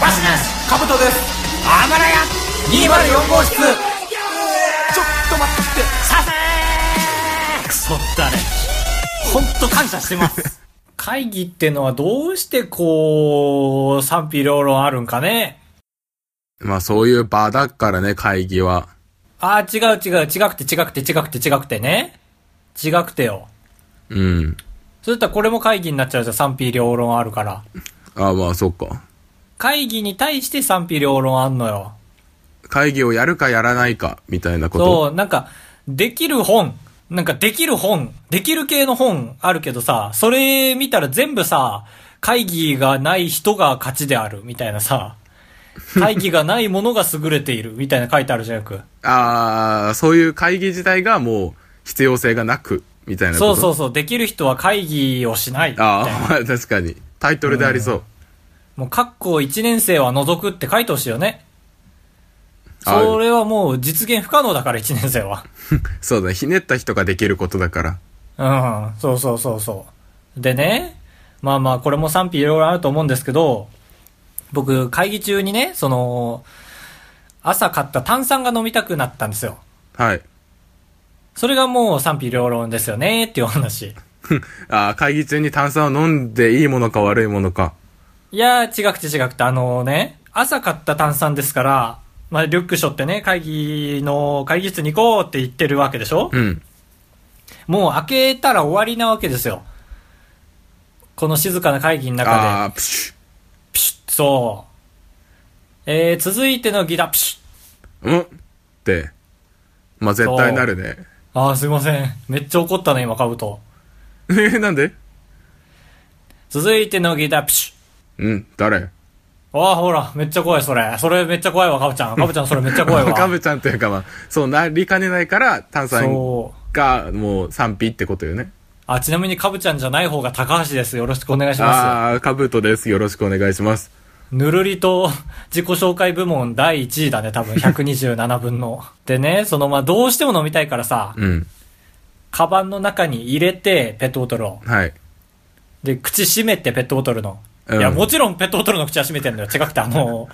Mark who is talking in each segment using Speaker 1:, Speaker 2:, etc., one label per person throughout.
Speaker 1: バシですカブトですあばらや204号室ちょっと待ってさせークソだね本当感謝してます会議ってのはどうしてこう賛否両論あるんかね
Speaker 2: まあそういう場だからね、会議は。
Speaker 1: ああ違う違う違くて違くて違くて違くてね違くてよ
Speaker 2: うん。
Speaker 1: そしたらこれも会議になっちゃうじゃん賛否両論あるから
Speaker 2: ああ、まあそっか。
Speaker 1: 会議に対して賛否両論あんのよ
Speaker 2: 会議をやるかやらないか、みたいなこと。
Speaker 1: そう、なんか、できる本、なんかできる本、できる系の本あるけどさ、それ見たら全部さ、会議がない人が勝ちである、みたいなさ、会議がないものが優れている、みたいな書いてあるじゃんよく。
Speaker 2: ああ、そういう会議自体がもう必要性がなく、みたいなこ
Speaker 1: そ
Speaker 2: と。
Speaker 1: うそううそう、できる人は会議をしない、みたい
Speaker 2: あ
Speaker 1: な。
Speaker 2: あ、まあ 確かに。タイトルでありそう。
Speaker 1: もう、括弧1年生は除くって書いてほしいよね。
Speaker 2: あ
Speaker 1: それはもう実現不可能だから、1年生は。
Speaker 2: そうだね。ひねった人ができることだから。
Speaker 1: うん、そうそうそうそう。でね、まあまあ、これも賛否いろいろあると思うんですけど、僕、会議中にね、その、朝買った炭酸が飲みたくなったんですよ。
Speaker 2: はい。
Speaker 1: それがもう賛否両論ですよね、っていうお話。
Speaker 2: ああ、会議中に炭酸を飲んでいいものか悪いものか。
Speaker 1: いやー、違くて違くて、あのね、朝買った炭酸ですから、まあ、リュック背負ってね、会議の、会議室に行こうって言ってるわけでしょ
Speaker 2: うん。
Speaker 1: もう開けたら終わりなわけですよ。この静かな会議の中で。
Speaker 2: ああ、プシュ
Speaker 1: ピシュッそう。えー、続いてのギター、ピシュッ
Speaker 2: うんって。まあ絶対なるね。
Speaker 1: あー、すいません。めっちゃ怒ったね、今、カブト。
Speaker 2: え、 なんで
Speaker 1: 続いてのギター、ピシュッ
Speaker 2: うん、誰
Speaker 1: あー、ほら、めっちゃ怖い、それ。それめっちゃ怖いわ、カブ ちゃん。カブちゃん、それめっちゃ怖いわ。
Speaker 2: カブちゃんというかまあ、そうなりかねないから、炭酸
Speaker 1: そう。
Speaker 2: がもう賛否ってことよね。
Speaker 1: あ、ちなみにカブちゃんじゃない方が高橋です。よろしくお願いしま
Speaker 2: ああ、カブトです。よろしくお願いします。
Speaker 1: す。ぬるりと自己紹介部門第1位だね、多 分。127分の。でね、その、まあ、どうしても飲みたいからさ、
Speaker 2: うん。
Speaker 1: カバンの中に入れて、ペットボトルを。
Speaker 2: はい。
Speaker 1: で、口閉めてペットボトルの。
Speaker 2: うん
Speaker 1: いや、もちろんペットボトルの口は閉めてんのよ。違くて、あ の、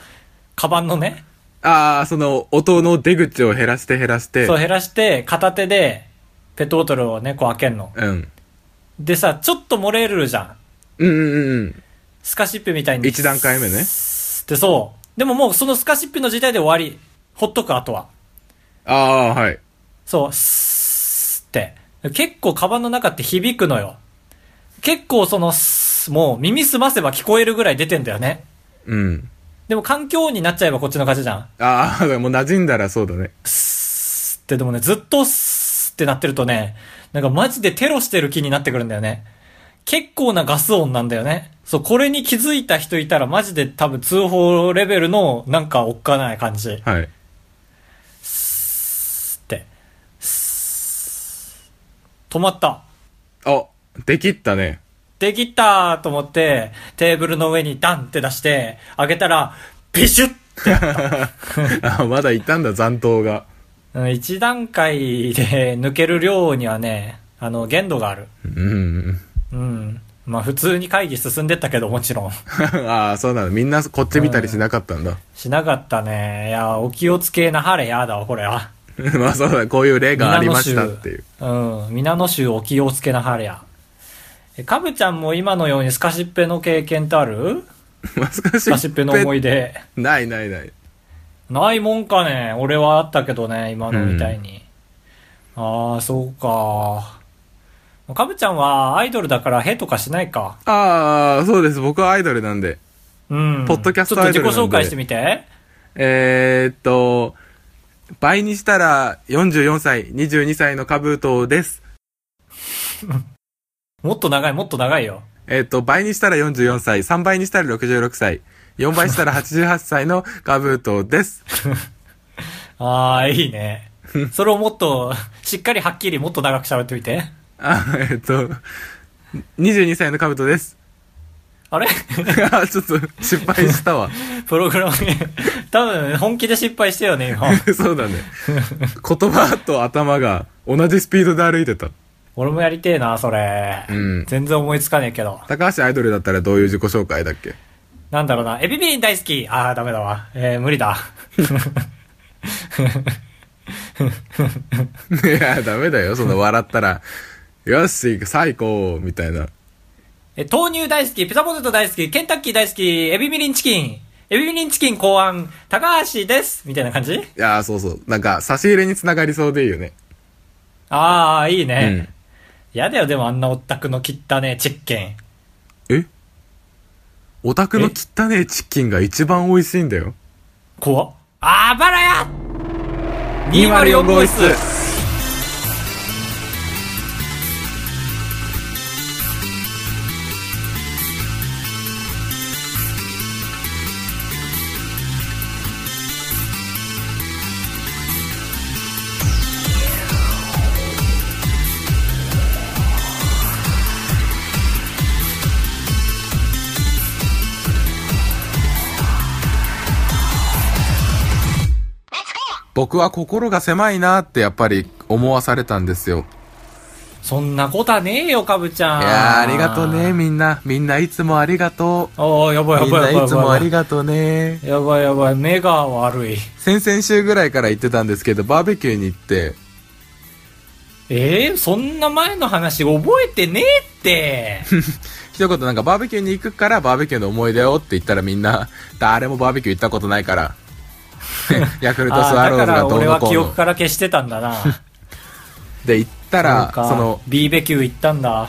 Speaker 1: カバンのね、
Speaker 2: ああ、その、音の出口を減らして減らして。
Speaker 1: そう減らして、片手で、ペットボトルをね、こう開けんの。
Speaker 2: うん。
Speaker 1: でさ、ちょっと漏れるじゃん。
Speaker 2: うんうんうん
Speaker 1: スカシップみたい
Speaker 2: うん。
Speaker 1: に。
Speaker 2: 一段階目ね。
Speaker 1: で、そう。でももうそのスカシップの時代で終わり。ほっとく、あとは。
Speaker 2: ああ、はい。
Speaker 1: そう、スーって。結構カバンの中って響くのよ。結構そのスー、もう耳すませば聞こえるぐらい出てんだよね。
Speaker 2: うん。
Speaker 1: でも環境音になっちゃえばこっちの勝ちじゃん。
Speaker 2: ああ、 もう馴染んだらそうだね。
Speaker 1: スってでもね、ずっとスってなってるとね、なんかマジでテロしてる気になってくるんだよね。結構なガス音なんだよね。そう、これに気づいた人いたらマジで多分通報レベルのなんかおっかない感じ。
Speaker 2: はい。
Speaker 1: スって。ス止まった。
Speaker 2: あ、できっ たね。
Speaker 1: できたーと思って、テーブルの上にダンって出して、開けたら、ビシュッ
Speaker 2: あまだいたんだ、残党が。
Speaker 1: うん一段階で抜ける量にはね、あの、限度がある。
Speaker 2: うん。
Speaker 1: うん。まあ普通に会議進んでったけどもちろん。
Speaker 2: ああ、そうなの。みんなこっち見たりしなかったんだ。
Speaker 1: しなかったね。いや、お気をつけなはれやだわ、これは。
Speaker 2: まあそうだ、こういう例がありましたっていう。
Speaker 1: 皆の衆うん。皆の衆お気をつけなはれや。え、かぶちゃんも今のようにスカシッペの経験ってある
Speaker 2: 難し
Speaker 1: スカシッペの思い
Speaker 2: 出。
Speaker 1: 出。
Speaker 2: ないないない。
Speaker 1: ないもんかね。俺はあったけどね、今のみたいに。ああ、そうか。かぶちゃんはアイドルだからへとかしないか。
Speaker 2: ああ、そうです。僕はアイドルなんで。
Speaker 1: うん。
Speaker 2: ポッドキャストアイドル
Speaker 1: ちょ
Speaker 2: な
Speaker 1: っ
Speaker 2: ん
Speaker 1: と自
Speaker 2: で
Speaker 1: 己紹介してみて。
Speaker 2: えー、っと、倍にしたら44歳、22歳のカブトです。
Speaker 1: もっと長い、もっと長いよ。
Speaker 2: えーっと、倍にしたら44歳、3倍にしたら66歳、4倍したら88歳のカブトです。
Speaker 1: ああ、いい ね。それをもっと、しっかりはっきりもっと長く喋ってみて。
Speaker 2: あえーっと、22歳のカブトです。
Speaker 1: あれ
Speaker 2: あちょっと失敗したわ。
Speaker 1: プログラムに、多分本気で失敗したよね、 今。
Speaker 2: そうだね。言葉と頭が同じスピードで歩いてた。
Speaker 1: 俺もやりてえな、それ。
Speaker 2: うん
Speaker 1: 全然思いつかねえけど。
Speaker 2: 高橋アイドルだったらどういう自己紹介だっけ
Speaker 1: なんだろうな、エビビリン大好きあー、ダメだわ。えー、無理 だ。
Speaker 2: いや、ダメだよ、その笑ったら。よし、最高みたいな。
Speaker 1: え、豆乳大好き、ピザポテト大好き、ケンタッキー大好き、エビビリンチキン、エビビリンチキン考案、高橋ですみたいな感じ
Speaker 2: いや、そうそう。なんか、差し入れにつながりそうでいいよね。
Speaker 1: ああ、いいうね
Speaker 2: ん。
Speaker 1: やだよ、でもあんなオタクの汚ねえチッキン。
Speaker 2: えオタクの汚ねえチキンが一番美味しいんだよ。
Speaker 1: 怖っ。あばらや !204 号室
Speaker 2: 僕は心が狭いなってやっぱり思わされたんですよ。
Speaker 1: そんなことはねえよ、かぶちゃん。
Speaker 2: いやーありがとうね、。みんな。みんないつもありがと
Speaker 1: おー、やば
Speaker 2: う。
Speaker 1: い
Speaker 2: み
Speaker 1: やば
Speaker 2: んない
Speaker 1: やばいやばい。
Speaker 2: いつもありがとうね。
Speaker 1: やばいやばい、目が悪い。
Speaker 2: 先々週ぐらいから言ってたんですけど、バーベキューに行って、
Speaker 1: えー、そんな前の話覚えてねえって。
Speaker 2: 一言なんかバーベキューに行くからバーベキューの思い出をって言ったらみんな、誰もバーベキュー行ったことない から。ヤクルトスワローズが
Speaker 1: あーだから
Speaker 2: どう
Speaker 1: 俺
Speaker 2: の
Speaker 1: は
Speaker 2: こう
Speaker 1: 記憶
Speaker 2: の。
Speaker 1: から消してたんだ な。
Speaker 2: で、行ったら、
Speaker 1: そうか
Speaker 2: その、
Speaker 1: ビーベキュー行ったんだ。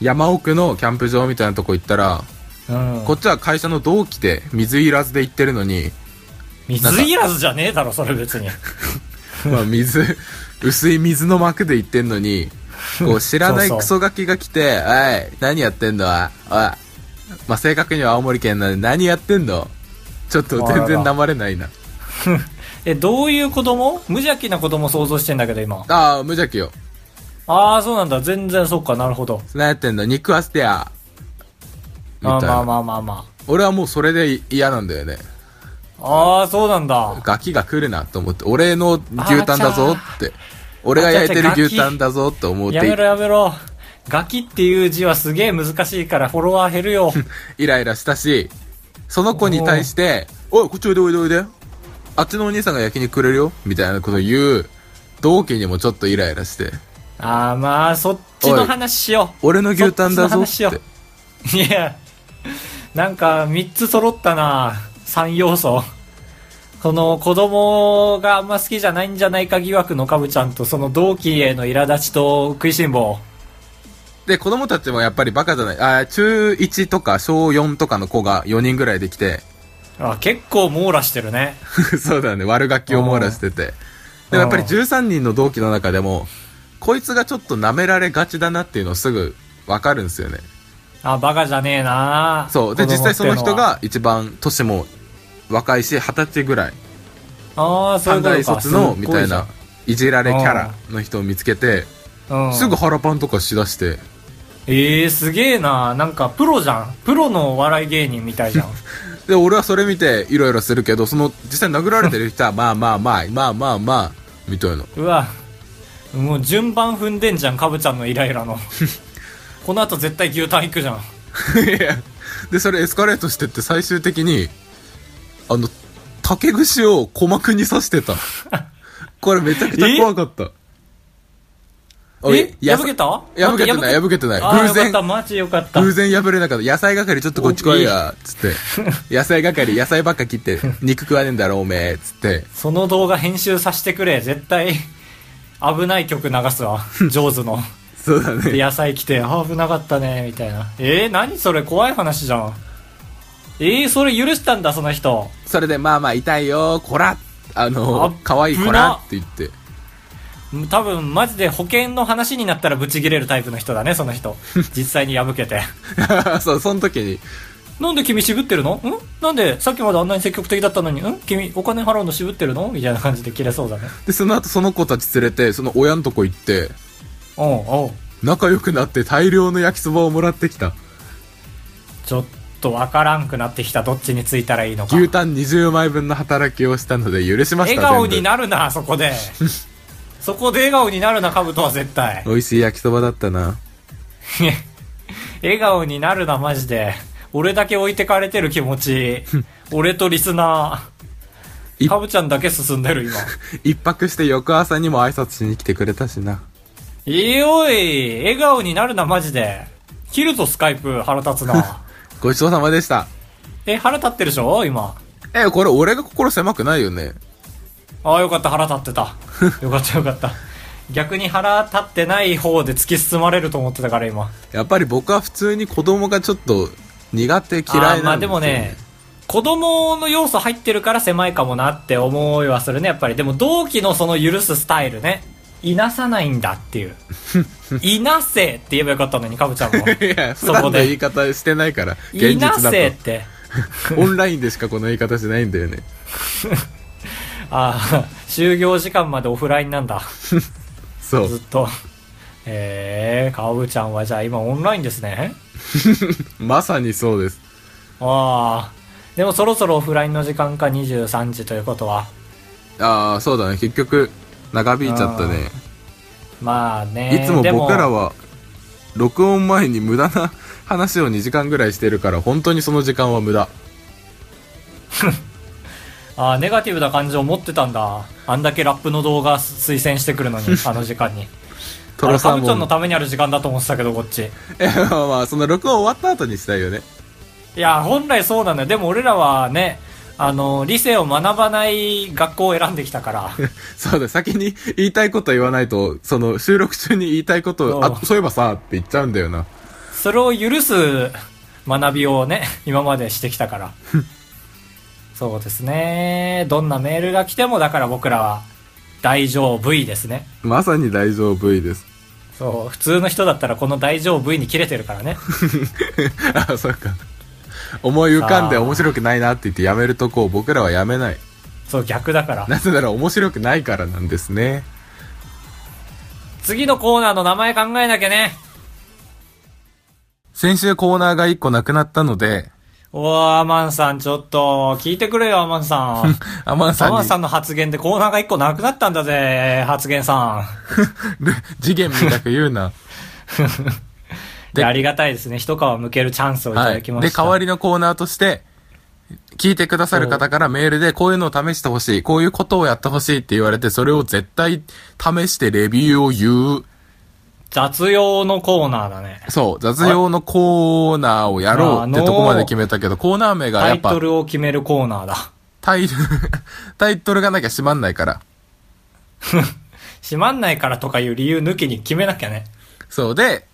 Speaker 2: 山奥のキャンプ場みたいなとこ行ったら、
Speaker 1: うん
Speaker 2: こ。っちは会社の同期で水いらずで行ってる のに、
Speaker 1: 水いらずじゃねえだろ、それ別に。
Speaker 2: まあ水、薄い水の膜で言ってんのに、こう知らない
Speaker 1: そう
Speaker 2: ク
Speaker 1: そ
Speaker 2: ソガキが来 て、おい、何やってんのおい、まあ正確には青森県なんで何やってんのちょっと全
Speaker 1: あら
Speaker 2: 然
Speaker 1: ら
Speaker 2: なまれないな。
Speaker 1: え、どういう子供無邪気な子供想像してんだけど、今。
Speaker 2: ああ、無邪気よ。
Speaker 1: ああ、そうなんだ。全然、そっか、なるほど。
Speaker 2: 何やってんの肉は捨てや。みた
Speaker 1: あ
Speaker 2: い
Speaker 1: ー
Speaker 2: な。
Speaker 1: まあまあまあま
Speaker 2: 俺はもうそれで嫌なんだよね。
Speaker 1: あ。ああ、そうなん だ。
Speaker 2: ガキが来るなと思って、俺の牛タンだぞって。俺が焼いてる牛タンだぞって思っ
Speaker 1: やめろ
Speaker 2: て、
Speaker 1: やめろ。ガキっていう字はすげえ難しいからフォロワー減るよ。
Speaker 2: イライラしたし、その子に対して、おい、こっちおいでおいでおいで。あっちのお兄さんが焼き肉くれるよみたいなことを言う、同期にもちょっとイライラして、
Speaker 1: ああ、まあ、そっちの話しよ
Speaker 2: 俺の牛タンだぞ
Speaker 1: そっちの話
Speaker 2: っ
Speaker 1: よ
Speaker 2: て。
Speaker 1: う。いや、なんか3つ揃ったな。3要素。この子供があんま好きじゃないんじゃないか疑惑のカブちゃんとその同期への苛立ちと食いしん坊。
Speaker 2: で、子供たちもやっぱりバカじゃない。あー中1とか小4とかの子が4人ぐらいできて、
Speaker 1: あ結構網羅してるね。
Speaker 2: そうだね悪ガキを網羅しててでもやっぱり13人の同期の中でもこいつがちょっと舐められがちだなっていうのをすぐ分かるんですよね
Speaker 1: あ、バカじゃねえな
Speaker 2: そうで
Speaker 1: 子供
Speaker 2: 実際その人
Speaker 1: って
Speaker 2: が一番年も若いし二十歳ぐらい
Speaker 1: のは、ああ、そういう
Speaker 2: 三
Speaker 1: こと
Speaker 2: 大
Speaker 1: か
Speaker 2: 卒のみたいな。いじられキャラの人を見つけてすぐ
Speaker 1: ぐ
Speaker 2: 腹パンとかしだして
Speaker 1: ええー、すげえななんかプロじゃんプロのお笑い芸人みたい じゃん
Speaker 2: で俺はそれ見てイライラするけどその実際殴られてる人はまあまあまあまあまあまあみたいな
Speaker 1: うわもう順番踏んでんじゃんカブちゃんのイライラ のこの後絶対牛タン行くじゃん
Speaker 2: いやでそれエスカレートしてって最終的にあの竹串を鼓膜に刺してたこれめちゃくちゃ怖かったおい
Speaker 1: え
Speaker 2: や
Speaker 1: 破けた
Speaker 2: 破けてない破けてない
Speaker 1: あー
Speaker 2: 偶
Speaker 1: よかった
Speaker 2: 然
Speaker 1: マジよかった
Speaker 2: 偶然破れなかった野菜係ちょっとこっち来いやつって野菜係野菜ばっか切って肉食わねえんだろおめえつって
Speaker 1: その動画編集させてくれ絶対危ない曲流す わ上手の
Speaker 2: そうだ
Speaker 1: で
Speaker 2: ね
Speaker 1: 野菜来てあー危なかったねみたいなえー、何それ怖い話じゃんえー、それ許したんだその人
Speaker 2: それでまあまあ痛いよこらあ
Speaker 1: あ
Speaker 2: の可愛いこらって言って
Speaker 1: 多分マジで保険の話になったらブチギレるタイプの人だねその 人実際に破けて
Speaker 2: そうその時に
Speaker 1: なんで君渋ってるのんなんでさっきまであんなに積極的だったのにん君お金払うの渋ってるのみたいな感じで切れそうだね
Speaker 2: でその後その子たち連れてその親のとこ行って
Speaker 1: おうおう
Speaker 2: 仲良くなって大量の焼きそばをもらってきた
Speaker 1: ちょっとわからんくなってきたどっちについたらいいのか
Speaker 2: 牛タン20枚分の働きをしたので許しま
Speaker 1: 笑
Speaker 2: した
Speaker 1: 顔
Speaker 2: 全部
Speaker 1: になるなそこ でそこで笑顔になるなカブトは絶対
Speaker 2: 美味しい焼きそばだったな
Speaker 1: 笑顔になるなマジで教俺だけ置いてかれてる気持 ち、俺とリスナー、
Speaker 2: い
Speaker 1: カブちゃんだけ進んでる今。
Speaker 2: 一泊して翌朝にも挨拶しに来てくれたしな。
Speaker 1: いいおい、笑顔になるなマジで。キルとスカイプ腹立つ な。
Speaker 2: ごちそうさまでした。
Speaker 1: え、腹立ってるでしょ今。
Speaker 2: え、これ俺が心狭くないよね。
Speaker 1: ああ、よかった、腹立ってた。 よかった、よかった。逆に腹立ってない方で突き進まれると思ってたから、今。
Speaker 2: やっぱり僕は普通に子供がちょっと苦手嫌い
Speaker 1: あ
Speaker 2: なん
Speaker 1: ー
Speaker 2: ですよ
Speaker 1: まあでもね、子供の要素入ってるから狭いかもなって思いはするね、やっぱり。でも同期のその許すスタイルね。いなさないんだって いう。いなせって言えばよかったのに、かぶちゃんも。
Speaker 2: いや、普
Speaker 1: そ
Speaker 2: 段
Speaker 1: こ
Speaker 2: の
Speaker 1: で
Speaker 2: 言い方してないから、 現
Speaker 1: い
Speaker 2: 実
Speaker 1: な
Speaker 2: だ
Speaker 1: せっ
Speaker 2: と。
Speaker 1: て。
Speaker 2: オンラインでしかこの言い方しないんだよね。
Speaker 1: ああ、就業時間までオフラインなんだ。
Speaker 2: そ
Speaker 1: ずっ
Speaker 2: う。
Speaker 1: と。えー、かぶちゃんはじゃあ今オンラインですね。
Speaker 2: まさにそうです。
Speaker 1: ああ。でもそろそろオフラインの時間か23時ということは。
Speaker 2: ああ、そうだね。結局、長引いちゃったね。
Speaker 1: まあね。
Speaker 2: いつも
Speaker 1: で
Speaker 2: 僕らは、録音前に無駄な話を2時間ぐらいしてるから、本当にその時間は無駄。
Speaker 1: ああ、ネガティブな感情持ってたんだ。あんだけラップの動画推薦してく るのに、あの時間に。
Speaker 2: トロ
Speaker 1: あ
Speaker 2: サ
Speaker 1: れ
Speaker 2: ー
Speaker 1: カブち
Speaker 2: モ
Speaker 1: ゃんの
Speaker 2: ン。
Speaker 1: ためにある時間だと思ってたけど、こっち。
Speaker 2: え、まあまあ、その録音終わった後にしたいよね。
Speaker 1: いや、本来そうなんだよ。でも俺らはね、あの、理性を学ばない学校を選んできたから。
Speaker 2: そうだ、先に言いたいこと言わないと、その収録中に言いたいことを、
Speaker 1: そう
Speaker 2: あ、そういえばさ、って言っちゃうんだよな。
Speaker 1: それを許す学びをね、 今までしてきた から。そうですね。どんなメールが来ても、だから僕らは大丈夫ですね。
Speaker 2: まさに大丈夫です。
Speaker 1: そう、普通の人だったらこの大丈夫に切れてる からね。
Speaker 2: あ、そうか。思い浮かんで面白くないなって言ってやめるとこを僕らはやめない。
Speaker 1: そう、逆だから。
Speaker 2: なぜなら面白くないからなんですね。
Speaker 1: 次のコーナーの名前考えなきゃね。
Speaker 2: 先週コーナーが1個なくなったので、
Speaker 1: おー、アマンさん、ちょっと、聞いてくれよ、アマンさん。
Speaker 2: アマンさ
Speaker 1: ア
Speaker 2: ん
Speaker 1: マン
Speaker 2: に
Speaker 1: さんの発言でコーナーが一個なくなったんだぜ、発言さ
Speaker 2: ル 次元みたく言 うな。
Speaker 1: ん。で、ありがたいですね。一皮むけるチャンスをいた
Speaker 2: は
Speaker 1: だ
Speaker 2: い。
Speaker 1: きま
Speaker 2: で、
Speaker 1: した。
Speaker 2: 代わりのコーナーとして、聞いてくださる方からメールでこういうのを試してほしい、こういうことをやってほしいって言われて、それを絶対試してレビューを言う。
Speaker 1: 雑用のコーナーだね。
Speaker 2: そう、雑用のコーナーをやろうってとこまで決めたけど、コーナー名が
Speaker 1: タ
Speaker 2: やっ
Speaker 1: イ
Speaker 2: ぱ
Speaker 1: トルを決めるコーナーだ。
Speaker 2: タイトル、 タイトルがなきゃ閉まんないから。
Speaker 1: 閉まんないからとかいう理由抜きに決めなきゃね。
Speaker 2: そうで、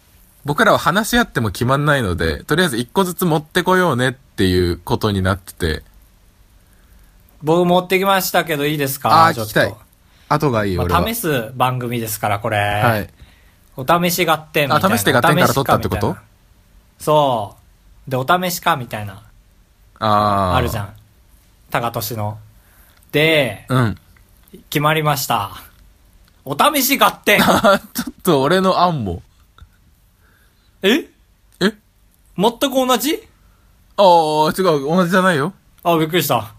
Speaker 2: 僕らは話し合っても決まんないので、とりあえず一個ずつ持ってこようねっていうことになってて、
Speaker 1: 僕持ってきましたけどいいですか
Speaker 2: ああー、
Speaker 1: ちょ
Speaker 2: 聞
Speaker 1: っ
Speaker 2: き
Speaker 1: と
Speaker 2: たい。後がいい、
Speaker 1: まあ
Speaker 2: 俺は。
Speaker 1: 試す番組ですから、これ。
Speaker 2: はい。
Speaker 1: お試し合点みたいな。
Speaker 2: あ試して合点から取ったってこと
Speaker 1: お試しかみいなそう。で、お試しかみたいな。
Speaker 2: ああ。
Speaker 1: あるじゃ
Speaker 2: ん。
Speaker 1: ん。高俊の。で、
Speaker 2: うん。
Speaker 1: 決まりました。お試し合 点
Speaker 2: あちょっと俺の案も。
Speaker 1: え
Speaker 2: え
Speaker 1: 全く同じ
Speaker 2: ああ、違う、同じじゃないよ。
Speaker 1: あ、びっくりした。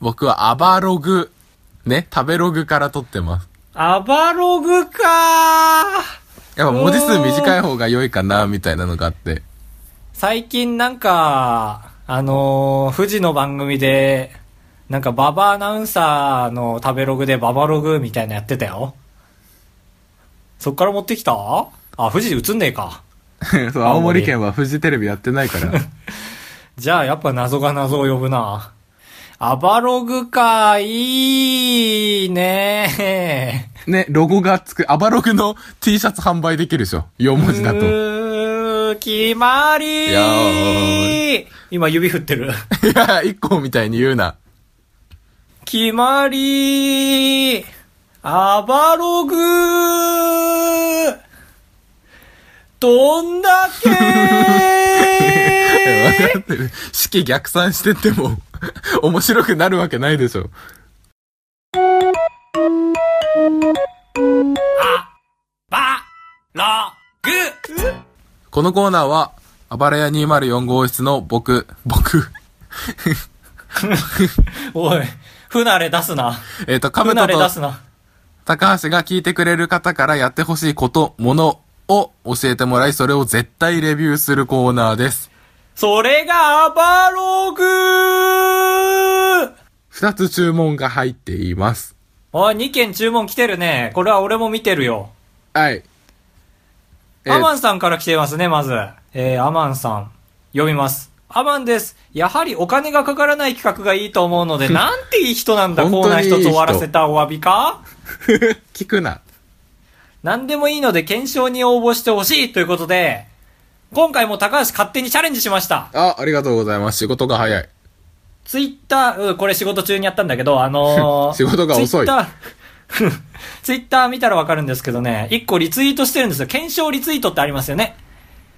Speaker 2: 僕はアバログ、ね、食べログから取ってます。
Speaker 1: アバログかー
Speaker 2: やっぱ文字数短い方が良いかな、みたいなのがあって。
Speaker 1: 最近なんか、あのー、富士の番組で、なんかババアナウンサーの食べログでババログみたいなやってたよ。そっから持ってきたあ、富士映んねえか。
Speaker 2: そう、青森県はフジテレビやってない から。
Speaker 1: じゃあやっぱ謎が謎を呼ぶな。アバログか、いいね
Speaker 2: ね、ロゴがつく、アバログの T シャツ販売できるでしょ。4文字だと。
Speaker 1: う
Speaker 2: い
Speaker 1: ー決まり
Speaker 2: やー
Speaker 1: 今指振ってる。
Speaker 2: や、一個みたいに言うな。
Speaker 1: 決まりアバログどんだ け
Speaker 2: 分かってる。式逆算してっても、面白くなるわけないでしょ。
Speaker 1: バログ
Speaker 2: このコーナーは、アバラヤ204号室の僕、僕、
Speaker 1: おい、不慣れ出すな。
Speaker 2: えっ、と、カ
Speaker 1: 不
Speaker 2: ブ
Speaker 1: 慣
Speaker 2: ト
Speaker 1: れ出
Speaker 2: と
Speaker 1: すな。
Speaker 2: 高橋が聞いてくれる方からやってほしいこと、ものを教えてもらい、それを絶対レビューするコーナーです。
Speaker 1: それがアバログ
Speaker 2: 二つ注文が入っています。
Speaker 1: おい、2件注文来てるね。これは俺も見てるよ。
Speaker 2: はい。えー
Speaker 1: アマンさんから来ていますね、まず。えー、アマンさん。読みます。アマンです。やはりお金がかからない企画がいいと思うの で、なんていい人なんだ、コ
Speaker 2: 本
Speaker 1: ー
Speaker 2: 当
Speaker 1: ナー
Speaker 2: にいい
Speaker 1: 一
Speaker 2: 人
Speaker 1: つ終わらせたお詫びか
Speaker 2: 聞くな。
Speaker 1: 何でもいいので検証に応募してほしいということで、今回も高橋勝手にチャレンジしました。
Speaker 2: あ、ありがとうございます。仕事が早い。
Speaker 1: ツイッター、うんこれ仕事中にやったんだけど、あのー、
Speaker 2: 仕事が遅い
Speaker 1: ツイッ ター、ツイッター見たらわかるんですけどね、一個リツイートしてるんですよ。検証リツイートってありますよね。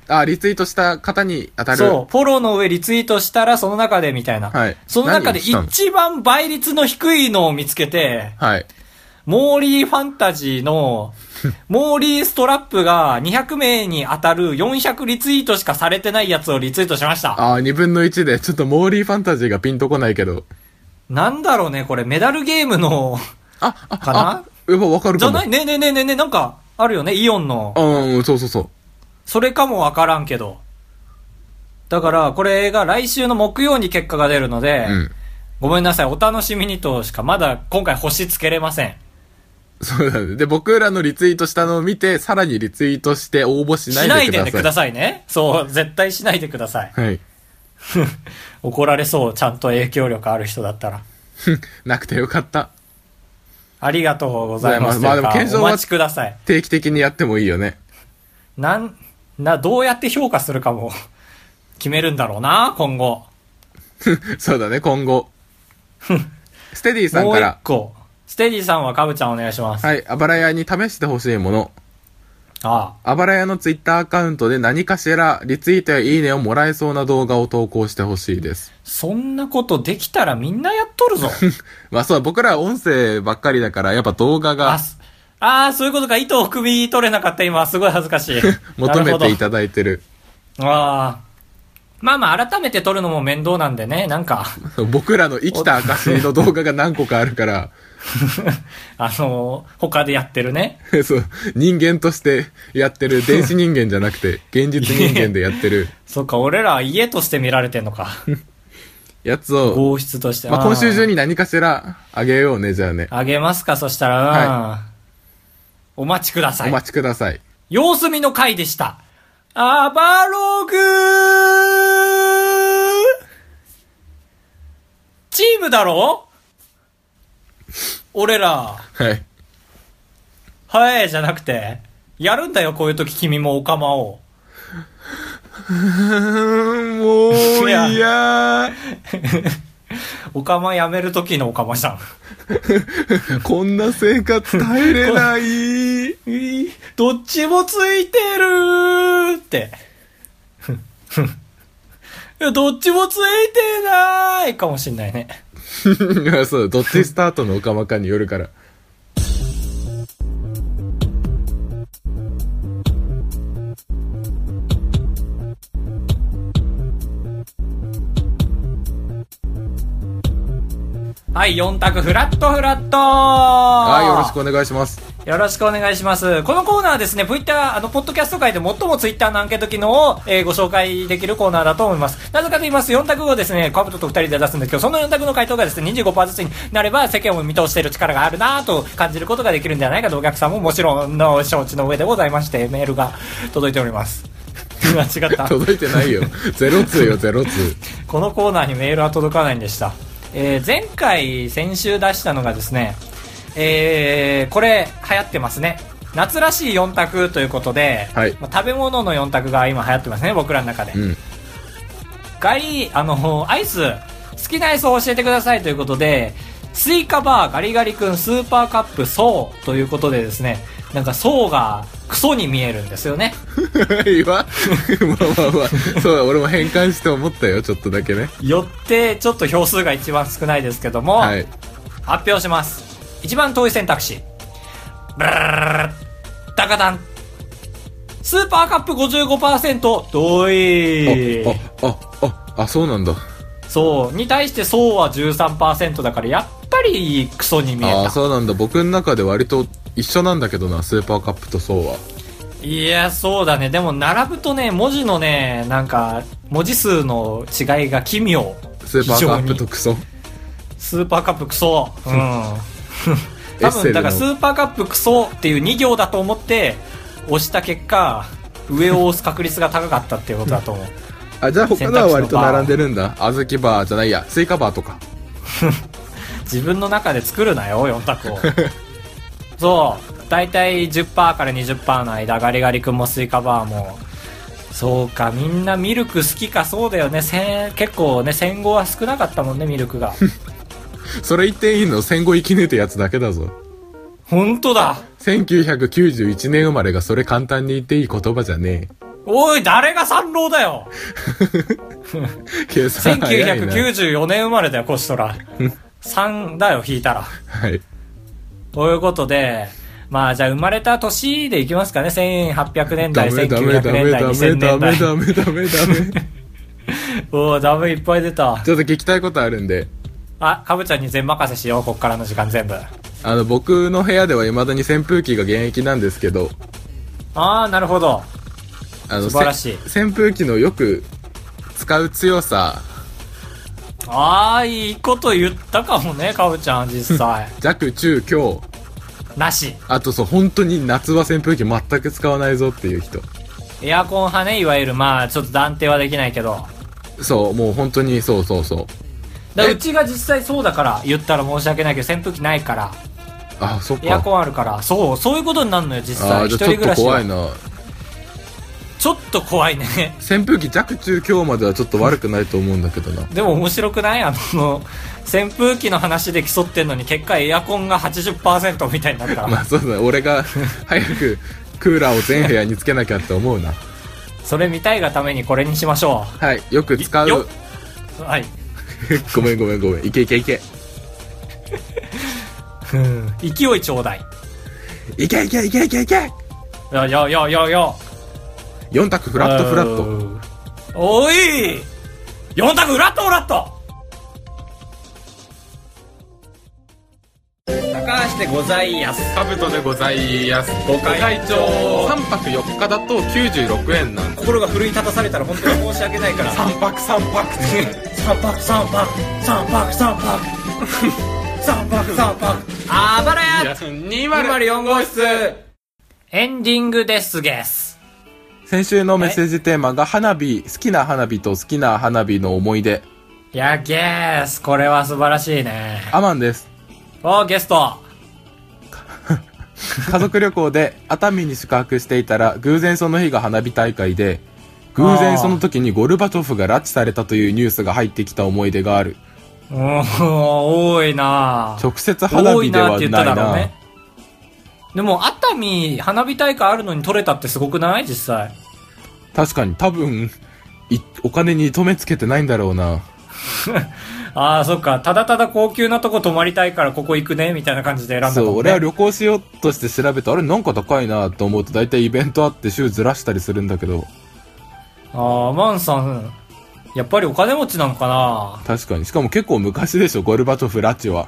Speaker 2: あ、リツイートした方に当たる。
Speaker 1: そう、フォローの上リツイートしたらその中でみたいな。
Speaker 2: はい
Speaker 1: その中で
Speaker 2: 何をしたの
Speaker 1: 一番倍率の低いのを見つけて、
Speaker 2: はい。
Speaker 1: モーリーファンタジー の、モーリーストラップが200名に当たる400リツイートしかされてないやつをリツイートしました。
Speaker 2: あ、二分の一で、ちょっとモーリーファンタジーがピンとこないけど。
Speaker 1: なんだろうね、これメダルゲーム の、
Speaker 2: あ、あ、
Speaker 1: かな
Speaker 2: あ、やっぱわかる
Speaker 1: じ
Speaker 2: か
Speaker 1: ゃ
Speaker 2: も。
Speaker 1: ないねえねえねえねえねえ、なんか、あるよね、イオンの。
Speaker 2: うんうん、そうそうそう。
Speaker 1: それかもわからんけど。だから、これが来週の木曜に結果が出るので、
Speaker 2: うん。
Speaker 1: ごめんなさい、お楽しみにとしか、まだ今回星つけれません。
Speaker 2: そうだね。で、僕らのリツイートしたのを見て、さらにリツイートして応募し
Speaker 1: しな
Speaker 2: ない
Speaker 1: い
Speaker 2: でくだ
Speaker 1: で
Speaker 2: さい。
Speaker 1: くださいね。そう、絶対しないでください。
Speaker 2: はい。
Speaker 1: 怒られそう、ちゃんと影響力ある人だったら。
Speaker 2: なくてよかった。
Speaker 1: ありがとうございます。
Speaker 2: まあまあ
Speaker 1: というか
Speaker 2: でも検証
Speaker 1: お
Speaker 2: は
Speaker 1: 待ちください。
Speaker 2: 定期的にやってもいいよね。
Speaker 1: なん、な、どうやって評価するかも、決めるんだろうな、今後。
Speaker 2: そうだね、今 後。ステディさん
Speaker 1: もう
Speaker 2: か
Speaker 1: 一
Speaker 2: ら。
Speaker 1: 個。ステディさんはかぶちゃんお願いします。
Speaker 2: はい、あばら屋に試してほしいもの。
Speaker 1: あ
Speaker 2: あばら屋のツイッターアカウントで何かしらリツイートやいいねをもらえそうな動画を投稿してほしいです
Speaker 1: あ。。そんなことできたらみんなやっとるぞ。
Speaker 2: まあそう、僕らは音声ばっかりだから、やっぱ動画
Speaker 1: あ
Speaker 2: が。
Speaker 1: すあー、そういうことか。糸を汲み取れなかった今。すごい恥ずかしい
Speaker 2: 求めてい
Speaker 1: なる
Speaker 2: ただいてる。
Speaker 1: ほど。あーまあまあ、改めて撮るのも面倒なんでね。なんか、
Speaker 2: 僕らの生きた証の動画が何個かあるから、
Speaker 1: あのー他でやってるね。
Speaker 2: そう、人間としてやってる、電子人間じゃなく て、現実人間でやってる
Speaker 1: そっか、俺らは家として見られてんのか。
Speaker 2: やつを、
Speaker 1: 合室として。
Speaker 2: まあ今週中
Speaker 1: に。
Speaker 2: に何かしらあげようね、じゃあね。
Speaker 1: あげますか、そしたら。うん
Speaker 2: は
Speaker 1: お待ちくだ
Speaker 2: お
Speaker 1: さい。
Speaker 2: 待ちください。
Speaker 1: 様子見の回でした。アバログーチームだろ俺ら、
Speaker 2: はい。
Speaker 1: はい、じゃなくて、やるんだよ、こういう時君もオカマを。
Speaker 2: もう
Speaker 1: い
Speaker 2: い
Speaker 1: や
Speaker 2: や
Speaker 1: オカマやめる時のオカマじゃん。
Speaker 2: こんな生活耐えれ ない。
Speaker 1: どっちもついてるって。いやどっちもついてないかもしんないね。
Speaker 2: そう、どっちスタートのオカマかによるから。
Speaker 1: はい、4択フラットフラット
Speaker 2: はい、よろ
Speaker 1: は
Speaker 2: しくお願いします。
Speaker 1: よろしくお願いします。このコーナーはですね、ツイッター、あの、ポッドキャスト界で最もツイッターのアンケート機能を、えーご紹介できるコーナーだと思います。なぜかと言います、4択をですね、カブトと2人で出すんですけど、その4択の回答がですね、25%ずつになれば、世間を見通している力があるなぁと感じることができるんではないかと、お客さんももちろんの承知の上でございまして、メールが届いております。 間違った。
Speaker 2: 届いてないよ。ゼロ 通よ、ゼロ通。
Speaker 1: このコーナーにメールは届かないんでした、えー前回先週出したのがですね、えーこれ流行ってますね夏らしい4択ということで、
Speaker 2: はい
Speaker 1: まあ食べ物の4択が今流行ってますね僕らの中で、
Speaker 2: うん。
Speaker 1: ガリあのアイス好きなアイスを教えてくださいということでスイカバーガリガリ君スーパーカップソウということでですねなんかソウがクソに見えるんですよね
Speaker 2: いいわ。 まあまあまあ。そうだ、俺も変換して思ったよ、ちょっとだけね。
Speaker 1: よってちょっと票数が一番少ないですけども、
Speaker 2: はい。
Speaker 1: 発表します一番遠い選択肢ブルルルルルダカダンスーパーカップ55%遠い
Speaker 2: あ、あ、あ、あ、あ、そうなんだ。
Speaker 1: そうに対してそうは13%だからやっぱりクソに見え
Speaker 2: ああ、
Speaker 1: た
Speaker 2: そうなんだ。僕の中で割と一緒なんだけどな、スーパーカップとそうは。
Speaker 1: いやそうだねでも並ぶとね文字のねなんか文字数の違いが奇妙
Speaker 2: スーパーカップとクソ。
Speaker 1: スーパーカップクソうん多分だからスーパーカップクソっていう2行だと思って押した結果上を押す確率が高かったっていうことだと思う
Speaker 2: あ、じゃあ他のは割と並んでるんだ。あずきバーじゃないや、スイカバーとか。
Speaker 1: 自分の中で作るなよ4択を そう大体10%から20%の間ガリガリ君もスイカバーもそうかみんなミルク好きかそうだよねせん結構ね戦後は少なかったもんねミルク が
Speaker 2: それ言っていいの戦後生き抜いたやつだけだぞ。
Speaker 1: 本当だ
Speaker 2: 1991年生まれがそれ簡単に言っていい言葉じゃね
Speaker 1: おい誰が三郎だよ
Speaker 2: え。計算早いな。
Speaker 1: 1994年生まれだよコシトラ3だよ引いたら
Speaker 2: はい。
Speaker 1: ということで、まあじゃあ生まれた年でいきますかね。1800年代、
Speaker 2: ダメダメ
Speaker 1: 1900
Speaker 2: ダ
Speaker 1: 年
Speaker 2: メ
Speaker 1: 代、
Speaker 2: ダ
Speaker 1: 2000
Speaker 2: メダ
Speaker 1: 年代
Speaker 2: メ。ダメダメダメ。
Speaker 1: おお、ダメいっぱい出た。
Speaker 2: ちょっと聞きたいことあるんで。
Speaker 1: あ、かぶちゃんに全任せしよう。こっからの時間全部。
Speaker 2: あの、僕の部屋では未だに扇風機が現役なんですけど、
Speaker 1: ああ、なるほど。
Speaker 2: あの、
Speaker 1: 素晴らしい
Speaker 2: せ扇風機のよく使う強さ、
Speaker 1: ああ、いいこと言ったかもね、かぶちゃん、実 際。
Speaker 2: 弱、中、強。
Speaker 1: なし。
Speaker 2: あとそう、本当に夏は扇風機全く使わないぞっていう人。
Speaker 1: エアコン派ね、いわゆる、まあ、ちょっと断定はできないけど。
Speaker 2: そう、もう本当にそうそうそう。
Speaker 1: だ
Speaker 2: え
Speaker 1: うちが実際そうだから、言ったら申し訳ないけど、扇風機ないから、
Speaker 2: あ、そっか。
Speaker 1: エアコンあるから、そう、そういうことになるのよ、実
Speaker 2: あ
Speaker 1: 際。
Speaker 2: ー
Speaker 1: 一
Speaker 2: じゃあ
Speaker 1: 人
Speaker 2: ちょっ
Speaker 1: 暮
Speaker 2: と
Speaker 1: らしは
Speaker 2: 怖いな。
Speaker 1: ちょっと怖いね。
Speaker 2: 扇風機弱中強まではちょっと悪くないと思うんだけどな。
Speaker 1: でも面白くないあ の、扇風機の話で競ってんのに、結果エアコンが80%みたいになったら、
Speaker 2: まあそうだ、俺が早くクーラーを全部屋につけなきゃって思うな。
Speaker 1: それ見たいがためにこれにしましょ
Speaker 2: はい、よく使
Speaker 1: よ
Speaker 2: う。
Speaker 1: う。はい。
Speaker 2: ごめんごめんごめん。いけいけいけ。
Speaker 1: 勢いちょうだい。
Speaker 2: いけいけいけいけいけ
Speaker 1: よよよよよ。
Speaker 2: !4 択フ
Speaker 1: フ
Speaker 2: ラットフラット。
Speaker 1: ト。おい !4 択フラットフラット高橋でございやす。
Speaker 2: カブトでございます。ご
Speaker 1: 会長
Speaker 2: 3泊4日だと96円なんで
Speaker 1: 心が奮い立たされたら本当に申し訳ないから。
Speaker 2: 3泊3泊
Speaker 1: 三泊三泊三泊三泊 三泊三泊あばらや
Speaker 2: 204号室
Speaker 1: エンディングですゲス
Speaker 2: 先週のメッセージテーマが花火、好きな花火と好きな花火の思い出。
Speaker 1: いやゲスこれは素晴らしいね
Speaker 2: アマンです。
Speaker 1: おゲスト
Speaker 2: 家族旅行で 熱海に宿泊していたら偶然その日が花火大会で偶然その時にゴルバチョフが拉致されたというニュースが入ってきた思い出がある
Speaker 1: おー多いな
Speaker 2: 直接花
Speaker 1: 多
Speaker 2: 火
Speaker 1: い
Speaker 2: では
Speaker 1: なっ
Speaker 2: な
Speaker 1: て言っ
Speaker 2: い
Speaker 1: ただ
Speaker 2: な
Speaker 1: ろうねでも熱海花火大会あるのに取れたってすごくない実際
Speaker 2: 確かに多分いお金に留めつけてないんだろうな
Speaker 1: ああそっかただただ高級なとこ泊まりたいからここ行くねみたいな感じで選んだ
Speaker 2: そう
Speaker 1: もん
Speaker 2: 俺は
Speaker 1: ね
Speaker 2: 旅行しようとして調べてあれなんか高いなと思うと大体イベントあって週ずらしたりするんだけど
Speaker 1: ああマンさんやっぱりお金持ちなのかな
Speaker 2: 確かにしかも結構昔でしょゴルバチョフ拉致は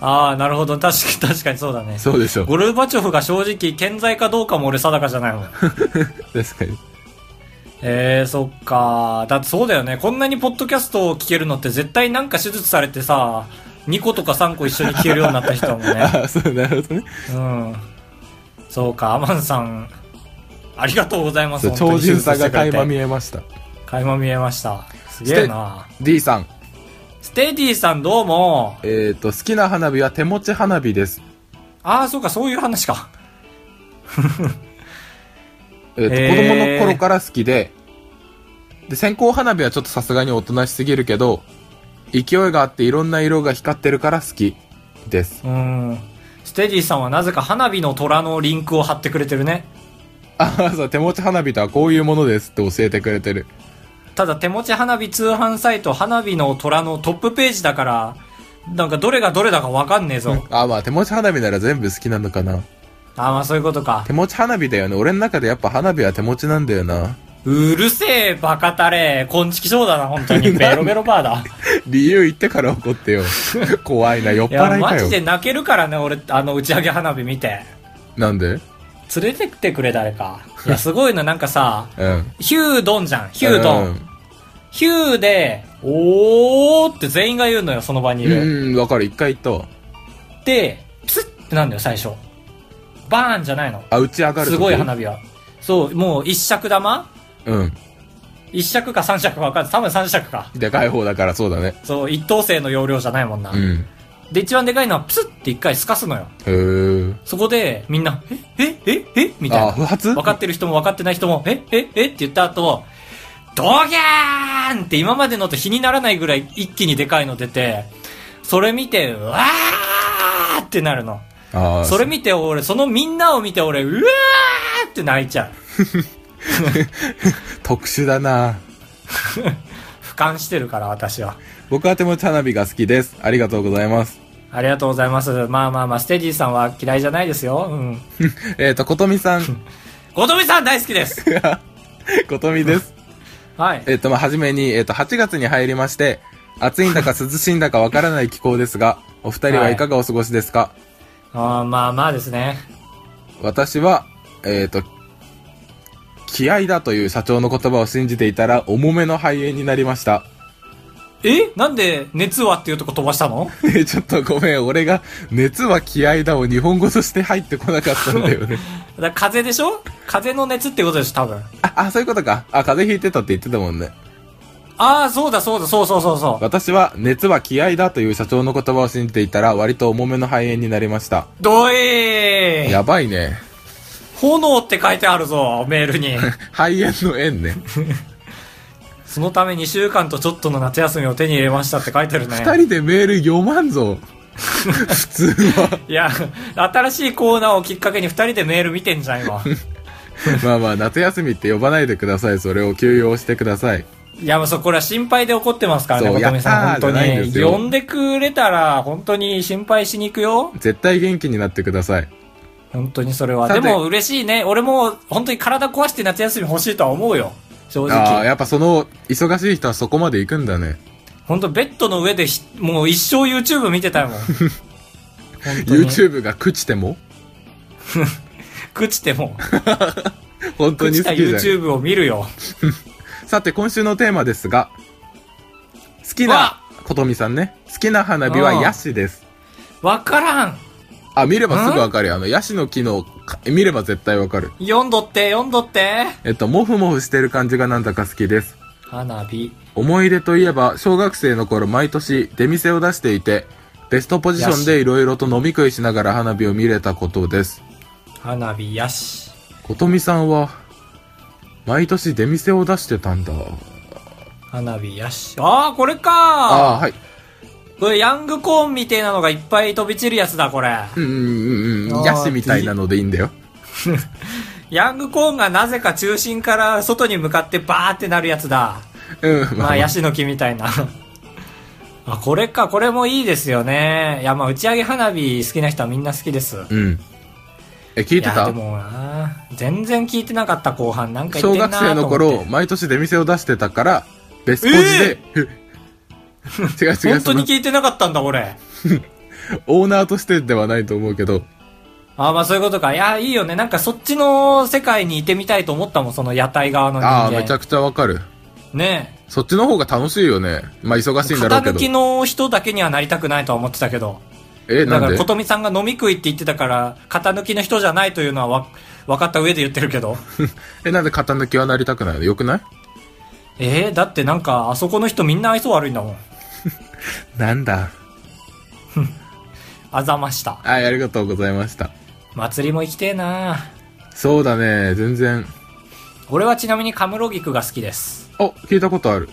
Speaker 1: ああ、なるほど。確か確かにそうだね。
Speaker 2: そうでしょ
Speaker 1: ゴルバチョフが正直健在かどうかも俺定かじゃないもん。
Speaker 2: 確かに
Speaker 1: えー、そっか。だってそうだよね。こんなにポッドキャストを聞けるのって絶対なんか手術されてさ、2個とか3個一緒に聞けるようになった人だもん ね。
Speaker 2: あそうなるほどね
Speaker 1: うん。そうか、アマンさん、ありがとうございます。
Speaker 2: そう
Speaker 1: 本当
Speaker 2: 超
Speaker 1: に手
Speaker 2: 人
Speaker 1: 術
Speaker 2: さ
Speaker 1: して
Speaker 2: が
Speaker 1: くれ
Speaker 2: 垣
Speaker 1: て
Speaker 2: 間見えました
Speaker 1: 垣間見えました。すげえな。
Speaker 2: D さん
Speaker 1: ステディさんどうも。
Speaker 2: えっ、と、好きな花火は手持ち花火です。
Speaker 1: ああ、そうか、そういう話か。
Speaker 2: えーと
Speaker 1: へー
Speaker 2: 子供の頃から好きで、で、線香花火はちょっとさすがにおとなしすぎるけど、勢いがあっていろんな色が光ってるから好きです。
Speaker 1: うん。ステディさんはなぜか花火の虎のリンクを貼ってくれてるね。
Speaker 2: ああ、そう、手持ち花火とはこういうものですって教えてくれてる。
Speaker 1: ただ手持ち花火通販サイト花火の虎のトップページだから、なんかどれがどれだかわかんねえぞ。
Speaker 2: ああ、まあ手持ち花火なら全部好きなのかな。
Speaker 1: ああ、まあそういうことか
Speaker 2: 手。持ち花火だよね。俺の中でやっぱ花火は手持ちなんだよな。
Speaker 1: うるせえ、バカタレ。こんちきそうだな、本当に。ベロベロバーだ。
Speaker 2: 理由言ってから怒ってよ。 怖いな、酔っ
Speaker 1: いや、
Speaker 2: 払い
Speaker 1: マ
Speaker 2: か
Speaker 1: ジで
Speaker 2: よ。
Speaker 1: 泣けるからね、俺、あの、打ち上げ花火見て。
Speaker 2: なんで
Speaker 1: 連れてってくれ、誰か。いや、すごいの、なんかさ、
Speaker 2: うん。
Speaker 1: ヒュードンじゃん、ヒュードン。
Speaker 2: うん
Speaker 1: ヒューで、おーって全員が言うのよ、その場にいる。
Speaker 2: うん、わかる。一回言ったわ。
Speaker 1: で、プスッってなんだよ、最初。バーンじゃないの。
Speaker 2: あ、打ち上がる時。
Speaker 1: すごい花火は。そう、もう一尺玉
Speaker 2: うん。
Speaker 1: 一尺か三尺か分かんない。多分三尺か。
Speaker 2: でかい方だからそうだね。
Speaker 1: そう、一等星の容量じゃないもんな。
Speaker 2: うん。
Speaker 1: で、一番でかいのは、プスって一回すかすのよ。
Speaker 2: へー
Speaker 1: そこで、みんな、ええええみたい
Speaker 2: あ、
Speaker 1: な。
Speaker 2: 不発
Speaker 1: 分かってる人も分かってない人も、えええって言った後、ドギャーンって今までのと比にならないぐらい一気にでかいの出て、それ見て、うわーってなるの。
Speaker 2: あー
Speaker 1: それ見て俺、そのみんなを見て俺、うわーって泣いちゃう。
Speaker 2: 特殊だな
Speaker 1: 俯瞰してるから、私は。
Speaker 2: 僕は手持ち花火が好きです。ありがとうございます。
Speaker 1: ありがとうございます。まあまあまあ、ステディさんは嫌いじゃないですよ。うん。
Speaker 2: えっと、ことみさん。
Speaker 1: ことみさん大好きです。
Speaker 2: ことみです。
Speaker 1: はい。
Speaker 2: えっと、まあ、はじめに、えっと、8月に入りまして、暑いんだか涼しいんだかわからない気候ですが、お二人はいかがお過ごしですか、
Speaker 1: あーまあまあですね。
Speaker 2: 私は、えっと、気合だという社長の言葉を信じていたら、重めの肺炎になりました。
Speaker 1: えなんで熱はっていうとこ飛ばしたの
Speaker 2: え、ちょっとごめん、俺が、熱は気合だを日本語として入ってこなかったんだよ ね。
Speaker 1: だから風邪でしょ風邪の熱ってことでしょ多分。
Speaker 2: あ、あ、そういうことか。あ、風邪ひいてたって言ってたもんね。
Speaker 1: ああ、そうだそうだ、そうそうそうそう。
Speaker 2: 私は熱は気合だという社長の言葉を信じていたら割と重めの肺炎になりました。
Speaker 1: どえー
Speaker 2: やばいね。
Speaker 1: 炎って書いてあるぞ、メール に。
Speaker 2: 肺炎の炎ね。
Speaker 1: そのため2週間とちょっとの夏休みを手に入れましたって書いてるね。
Speaker 2: 二人でメール読まんぞ。 普通は。
Speaker 1: いや、新しいコーナーをきっかけに2人でメール見てんじゃん、今。
Speaker 2: まあまあ、夏休みって呼ばないでください。それを休養してください。
Speaker 1: いや、もうそう、これは心配で怒ってますからね、
Speaker 2: そ
Speaker 1: こ
Speaker 2: う
Speaker 1: とみさ
Speaker 2: や
Speaker 1: ん、
Speaker 2: った
Speaker 1: 本
Speaker 2: ーじゃない
Speaker 1: 当
Speaker 2: んで
Speaker 1: に。
Speaker 2: すよ
Speaker 1: 呼んでくれたら、本当に心配しに行くよ。
Speaker 2: 絶対元気になってください。
Speaker 1: 本当にそれは。
Speaker 2: さ
Speaker 1: で
Speaker 2: て
Speaker 1: も嬉しいね。俺も、本当に体壊して夏休み欲しいとは思うよ。正
Speaker 2: ああ、
Speaker 1: 直。
Speaker 2: やっぱその、忙しい人はそこまで行くんだね。
Speaker 1: 本当ベッドの上でひ、もう一生 YouTube 見てたもん。 本当に。
Speaker 2: YouTube が朽ちても
Speaker 1: 朽ちても。
Speaker 2: 本当
Speaker 1: 朽
Speaker 2: に
Speaker 1: ち
Speaker 2: 好
Speaker 1: た
Speaker 2: きじゃん。
Speaker 1: YouTube を見るよ。
Speaker 2: さて、今週のテーマですが、好きな、ことみさんね。好きな花火はヤシです。
Speaker 1: わからん。
Speaker 2: あ、見ればすぐわかるよ。あの、ヤシの木のか、見れば絶対わかる。
Speaker 1: 読んどって、読んどって。
Speaker 2: えっと、もふもふしてる感じがなんだか好きです。
Speaker 1: 花火。
Speaker 2: 思い出といえば、小学生の頃毎年出店を出していて、ベストポジション
Speaker 1: ヤ
Speaker 2: でいろいろと飲み食いしながら花火を見れたことです。
Speaker 1: 花火やし。
Speaker 2: ことみさんは、毎年出店を出してたんだ。
Speaker 1: 花火やし。ああ、これか
Speaker 2: ああー、はい。
Speaker 1: これヤングコーンみたいなのがいっぱい飛び散るやつだ、これ。
Speaker 2: うんうんうんう
Speaker 1: あ
Speaker 2: ん。
Speaker 1: ー
Speaker 2: ヤシみたいなのでいいんだよ。
Speaker 1: ヤングコーンがなぜか中心から外に向かってバーってなるやつだ。
Speaker 2: うん。 まあ
Speaker 1: まあ、ヤシの木みたいな。あ、これか、これもいいですよね。いや、まあ、打ち上げ花火好きな人はみんな好きです。
Speaker 2: うん。え、聞いて
Speaker 1: や、
Speaker 2: た
Speaker 1: でもな、全然聞いてなかった後半、なんか言って
Speaker 2: 小
Speaker 1: ん
Speaker 2: 学
Speaker 1: な
Speaker 2: 生
Speaker 1: ーと
Speaker 2: の
Speaker 1: 思って
Speaker 2: 頃、毎年出店を出してたから、ベスポジで、違う違う、
Speaker 1: 本当
Speaker 2: そ
Speaker 1: に
Speaker 2: の
Speaker 1: 聞いてなかったんだ、俺。
Speaker 2: オーナーとしてではないと思うけど、
Speaker 1: あ、まあ、そういうことか。いや、いいよね。なんかそっちの世界にいてみたいと思ったもん、その屋台側の人間。
Speaker 2: ああ、めちゃくちゃわかる。
Speaker 1: ねえ。
Speaker 2: そっちの方が楽しいよね。まあ、忙しいんだろ
Speaker 1: 肩
Speaker 2: うけ
Speaker 1: 抜
Speaker 2: ど
Speaker 1: き。の人だけにはなりたくないとは思ってたけど。
Speaker 2: え、
Speaker 1: だか
Speaker 2: なん
Speaker 1: ら、
Speaker 2: で
Speaker 1: ことみさんが飲み食いって言ってたから、肩抜きの人じゃないというのはわ分かった上で言ってるけど。
Speaker 2: え、なんで肩抜きはなりたくないのよくない
Speaker 1: えー、だってなんか、あそこの人みんな愛想悪いんだもん。
Speaker 2: なんだ。
Speaker 1: あざました。
Speaker 2: はい、ありがとうございました。
Speaker 1: 祭りも行きてえな
Speaker 2: そうだね、全然。
Speaker 1: 俺はちなみにカムロギクが好きです。
Speaker 2: お、聞いたことある。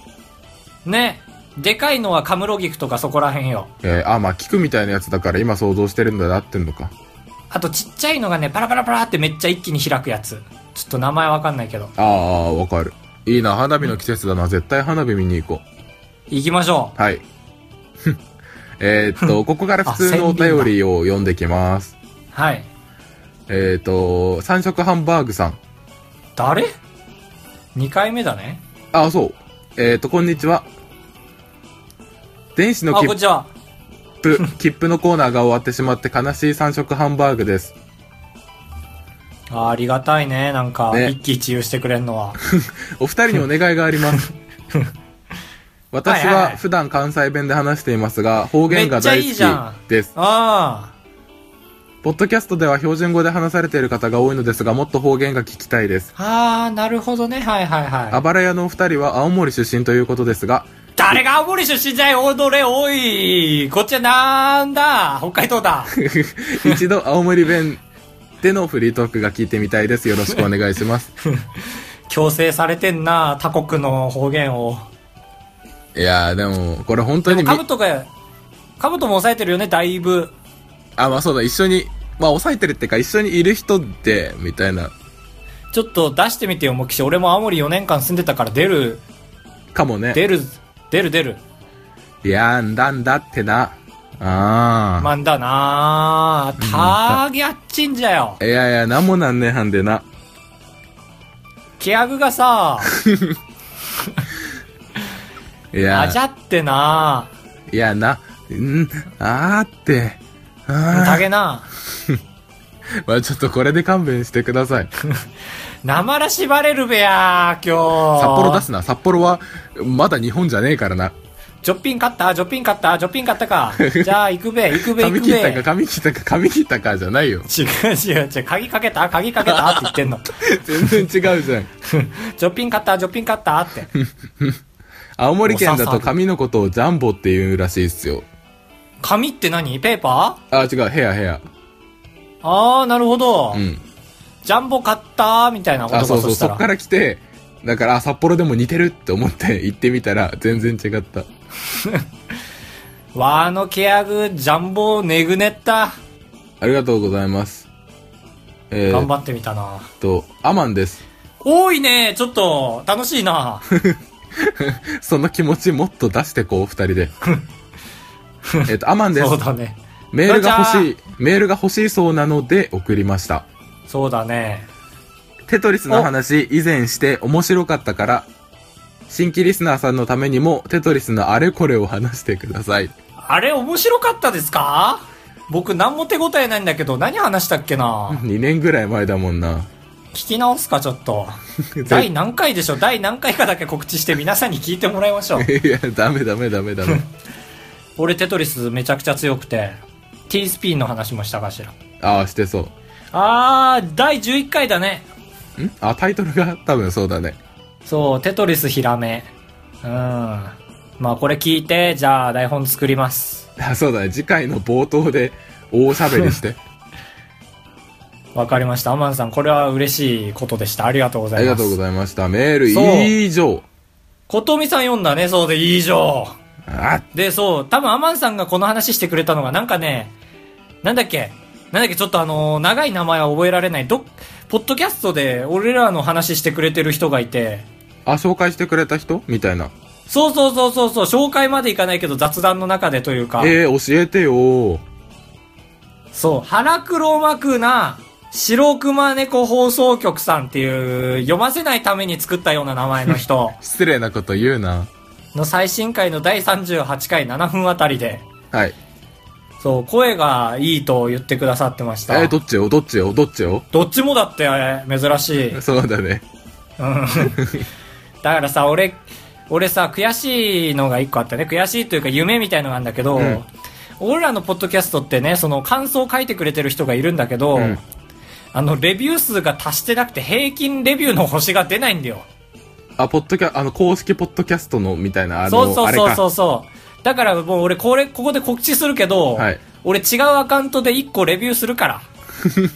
Speaker 1: ね。でかいのはカムロギクとかそこら辺よ。
Speaker 2: えーあ、まあ、聞くみたいなやつだから今想像してるんだなってんのか。
Speaker 1: あとちっちゃいのがね、パラパラパラってめっちゃ一気に開くやつ。ちょっと名前わかんないけど。
Speaker 2: ああ、わかる。いいな、花火の季節だな。絶対花火見に行こう。
Speaker 1: 行きましょ
Speaker 2: はい。 えーっと、ここから普通のお便りを読んできます。
Speaker 1: う。はい。
Speaker 2: えーっと、三色ハンバーグさん。
Speaker 1: 誰 ?2 回目だね。
Speaker 2: あ、そう。えーっと、こんにちは。電子
Speaker 1: あ、
Speaker 2: の
Speaker 1: こ
Speaker 2: 切
Speaker 1: んにちは。
Speaker 2: 符、切符のコーナーが終わってしまって悲しい三色ハンバーグです。
Speaker 1: あーありがたいね、なんか、
Speaker 2: ね
Speaker 1: 一喜一憂してくれんのは。
Speaker 2: お二人にお願いがあ ります。私
Speaker 1: はいは
Speaker 2: はい普段関西弁で話していますが、方言が
Speaker 1: め
Speaker 2: 大
Speaker 1: っちゃいい
Speaker 2: 好
Speaker 1: じゃ
Speaker 2: きです。
Speaker 1: あ
Speaker 2: ポッドキャストでは標準語で話されている方が多いのですが、もっと方言が聞きたいです。
Speaker 1: あ、ああ、なるほどね、はいはいは
Speaker 2: あ
Speaker 1: い。
Speaker 2: ばら屋のお二人は青森出身ということで すが、
Speaker 1: 誰が青森出身じゃい、踊れ、おい。こっちはなんだ、北海道 だ。
Speaker 2: 一度青森弁でのフリートークが聞いてみたいです。よろしくお願い します。
Speaker 1: 強制されてんな、他国の方言を。
Speaker 2: いやーでも、これ本当
Speaker 1: で
Speaker 2: に
Speaker 1: も、
Speaker 2: み
Speaker 1: かぶとが、かぶとも抑えてるよね、だいぶ。
Speaker 2: あ、まあそうだ、一緒に、まあ抑えてるってか、一緒にいる人で、みたいな、
Speaker 1: ちょっと出してみてよ、もう岸。俺も青森4年間住んでたから出る、
Speaker 2: かもね。
Speaker 1: 出る、出る出る。
Speaker 2: いやーんだんだってな。あー。
Speaker 1: まんだなーたーぎゃっちんじゃよ。
Speaker 2: いやいや、なんもなんねえはんでな。
Speaker 1: ケヤグがさ、
Speaker 2: いや、
Speaker 1: あじゃってない
Speaker 2: やな、んあーって。
Speaker 1: た
Speaker 2: あ
Speaker 1: げな
Speaker 2: ー。まあちょっとこれで勘弁してください。札
Speaker 1: なまら縛れるべやー、今日。
Speaker 2: 幌出すな。札幌は、まだ日本じゃねえからな。
Speaker 1: ジョッピン買ったジョッピン買ったジョッピン買った か。じゃあ、行くべ、行くべ、行
Speaker 2: 髪
Speaker 1: く
Speaker 2: 切っ
Speaker 1: べ
Speaker 2: た。か、髪切ったか、髪切ったかじゃないよ。
Speaker 1: 違う違う違う。鍵かけた鍵かけたって言ってんの。
Speaker 2: 全然違うじゃん。
Speaker 1: ジョッピン買ったジョッピン買ったって。
Speaker 2: 青森県だと髪のことをジャンボって言うらしいっすよ。
Speaker 1: 紙って何ペーパー
Speaker 2: あ、違う、ヘアヘア。
Speaker 1: あー、なるほど。
Speaker 2: うん。
Speaker 1: ジャンボ買ったーみたいなこと
Speaker 2: あ、
Speaker 1: か
Speaker 2: そうそう、
Speaker 1: した。
Speaker 2: そっからら来て、だから、あ札幌でも似てるって思って 行ってみたら、全然違った。
Speaker 1: わーあのケヤグ、ジャンボネグネった。
Speaker 2: ありがとうございます。え
Speaker 1: 頑
Speaker 2: ー、
Speaker 1: 張
Speaker 2: っ
Speaker 1: ってみたな。
Speaker 2: と、アマンです。
Speaker 1: 多いねちょっと、楽しいな
Speaker 2: その気持ちもっと出してこう、二人 で。えっと、アマン です
Speaker 1: そ。うだね。
Speaker 2: メールが欲し
Speaker 1: こんに
Speaker 2: い、メールが欲しいそうなので送りました。
Speaker 1: そうだね。
Speaker 2: テトリスの話以前して面白かったから、新規リスナーさんのためにもテトリスのあれこれを話してください。
Speaker 1: あれ面白かったですか僕何も手応えないんだけど、何話したっけな
Speaker 2: 2年ぐらい前だもんな。
Speaker 1: 聞き直すか、ちょっと。第何回でしょ第何回かだけ告知して皆さんに聞いてもらいま しょう。
Speaker 2: いや、ダメダメダメダメ。
Speaker 1: 俺テトリスめちゃくちゃ強くて、T スピンの話もしたかしら。
Speaker 2: ああ、してそう。
Speaker 1: あー、第11回だね。
Speaker 2: んあ、タイトルが多分そうだね。
Speaker 1: そう、テトリスヒラメ。うん。まあこれ聞いて、じゃあ台本作ります。
Speaker 2: あそうだね。次回の冒頭で大喋りして。
Speaker 1: わかりました。アマンさん、これは嬉しいことで した。ありがとうござ
Speaker 2: あ
Speaker 1: い
Speaker 2: り
Speaker 1: ます。
Speaker 2: がとうございました。メール
Speaker 1: そう
Speaker 2: 以上。
Speaker 1: ことみさん読んだね、そうで、いいじゃん。
Speaker 2: あ
Speaker 1: で、そう、多分アマンさんがこの話してくれたのが、なんかね、なんだっけ、なんだっけ、ちょっとあのー長い名前は覚えられない、どっ、ポッドキャストで俺らの話してくれてる人がいて、
Speaker 2: あ、紹介してくれた人みたいな。
Speaker 1: そうそうそうそう、そう紹介までいかないけど雑談の中でというか、
Speaker 2: えー、教えてよ
Speaker 1: そう、腹黒幕な、白熊猫放送局さんっていう、読ませないために作ったような名前の 人
Speaker 2: 失礼なこと言うな。
Speaker 1: の最新回の第38回7分あたりで、
Speaker 2: はい。
Speaker 1: そう、声がいいと言ってくださってました。
Speaker 2: えーどっちよどっちよどっちよ
Speaker 1: どっちもだってあれ珍しい。うん。
Speaker 2: そうだね。
Speaker 1: だからさ、俺、俺さ、悔しいのが一個あったね。悔しいというか夢みたいのがあるんだけど、
Speaker 2: うん
Speaker 1: 俺らのポッドキャストってね、その感想を書いてくれてる人がいるんだけど、
Speaker 2: うん
Speaker 1: あの、レビュー数が足してなくて平均レビューの星が出ないんだよ。
Speaker 2: あ、ポッドキャ、あの、公式ポッドキャストの、みたいな、あの、
Speaker 1: そうそうそうそ
Speaker 2: あ
Speaker 1: うそう。だからもう俺これ、ここで告知するけど、
Speaker 2: はい
Speaker 1: 俺違うアカウントで1個レビューするから、
Speaker 2: れか。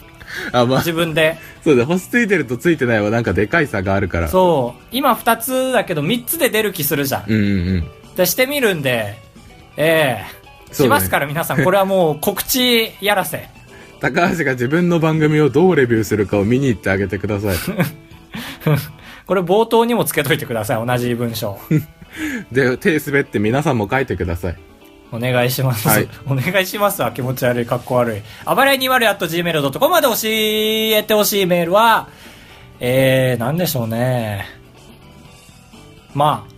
Speaker 2: あ、まあ、
Speaker 1: 自分 で。
Speaker 2: そうだ、星ついてるとついてないはなんかでかい差があるから。
Speaker 1: そう。今2つだけど3つで出る気するじゃん。
Speaker 2: うんうんうん。
Speaker 1: でしてみるんで、ええ
Speaker 2: そう
Speaker 1: し
Speaker 2: だね
Speaker 1: ますから皆さん、これはもう告知やらせ。
Speaker 2: 高橋が自分の番組をどうレビューするかを見に行ってあげてください。
Speaker 1: これ冒頭にもつけといてください、同じ文 章。
Speaker 2: で、手滑って皆さんも書いてください。
Speaker 1: お願いします。
Speaker 2: はい
Speaker 1: お願いしますわ、気持ち悪い、かっこ悪い。あばれ 20.gmail.com まで教えてほしいメールは、えー、なんでしょうね。まあ、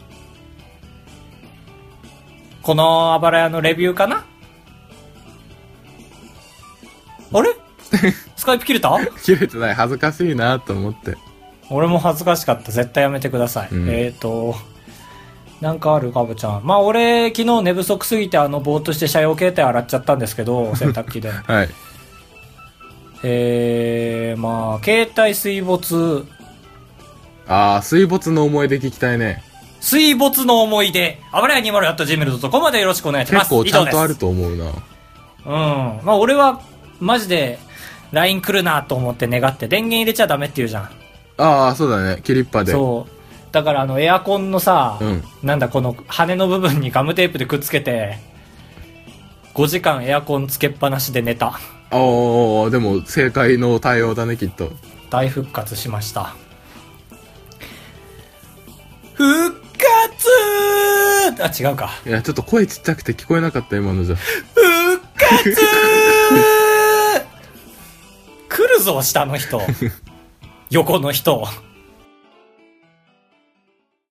Speaker 1: こ のあばら屋のレビューかなあれスカイプ切れた
Speaker 2: 切れてない。恥ずかしいなと思って。
Speaker 1: 俺も恥ずかしかった。絶対やめてください。
Speaker 2: うん
Speaker 1: えっ、と、なんかあるかぶちゃん。まあ俺、昨日寝不足すぎて、あの、ぼーっとして車用携帯洗っちゃったんですけ ど、洗濯機で。
Speaker 2: はい。
Speaker 1: えー、まあ、携帯水没、
Speaker 2: あー、水没の思い出聞きたいね。
Speaker 1: 水没の思い出、あばれや 20.gmail.com までよろしくお願いします。
Speaker 2: 結構ちゃんとあ
Speaker 1: 以上で
Speaker 2: る
Speaker 1: す。
Speaker 2: と思うな。
Speaker 1: うん。まあ俺は、マジで、LINE 来るなと思って願って、電源入れちゃダメって言うじゃん。
Speaker 2: あー、そうだね。切りっぱで。
Speaker 1: そう。だからあの、エアコンのさ、
Speaker 2: うん
Speaker 1: なんだこの羽の部分にガムテープでくっつけて、5時間エアコンつけっぱなしで寝た。
Speaker 2: あー、でも正解の対応だね、きっと。
Speaker 1: 大復活しました。復活あ、違うか。
Speaker 2: いや、ちょっと声ちっちゃくて聞こえなかった、今のじゃ。
Speaker 1: 復活来るぞ、下の人。横の人。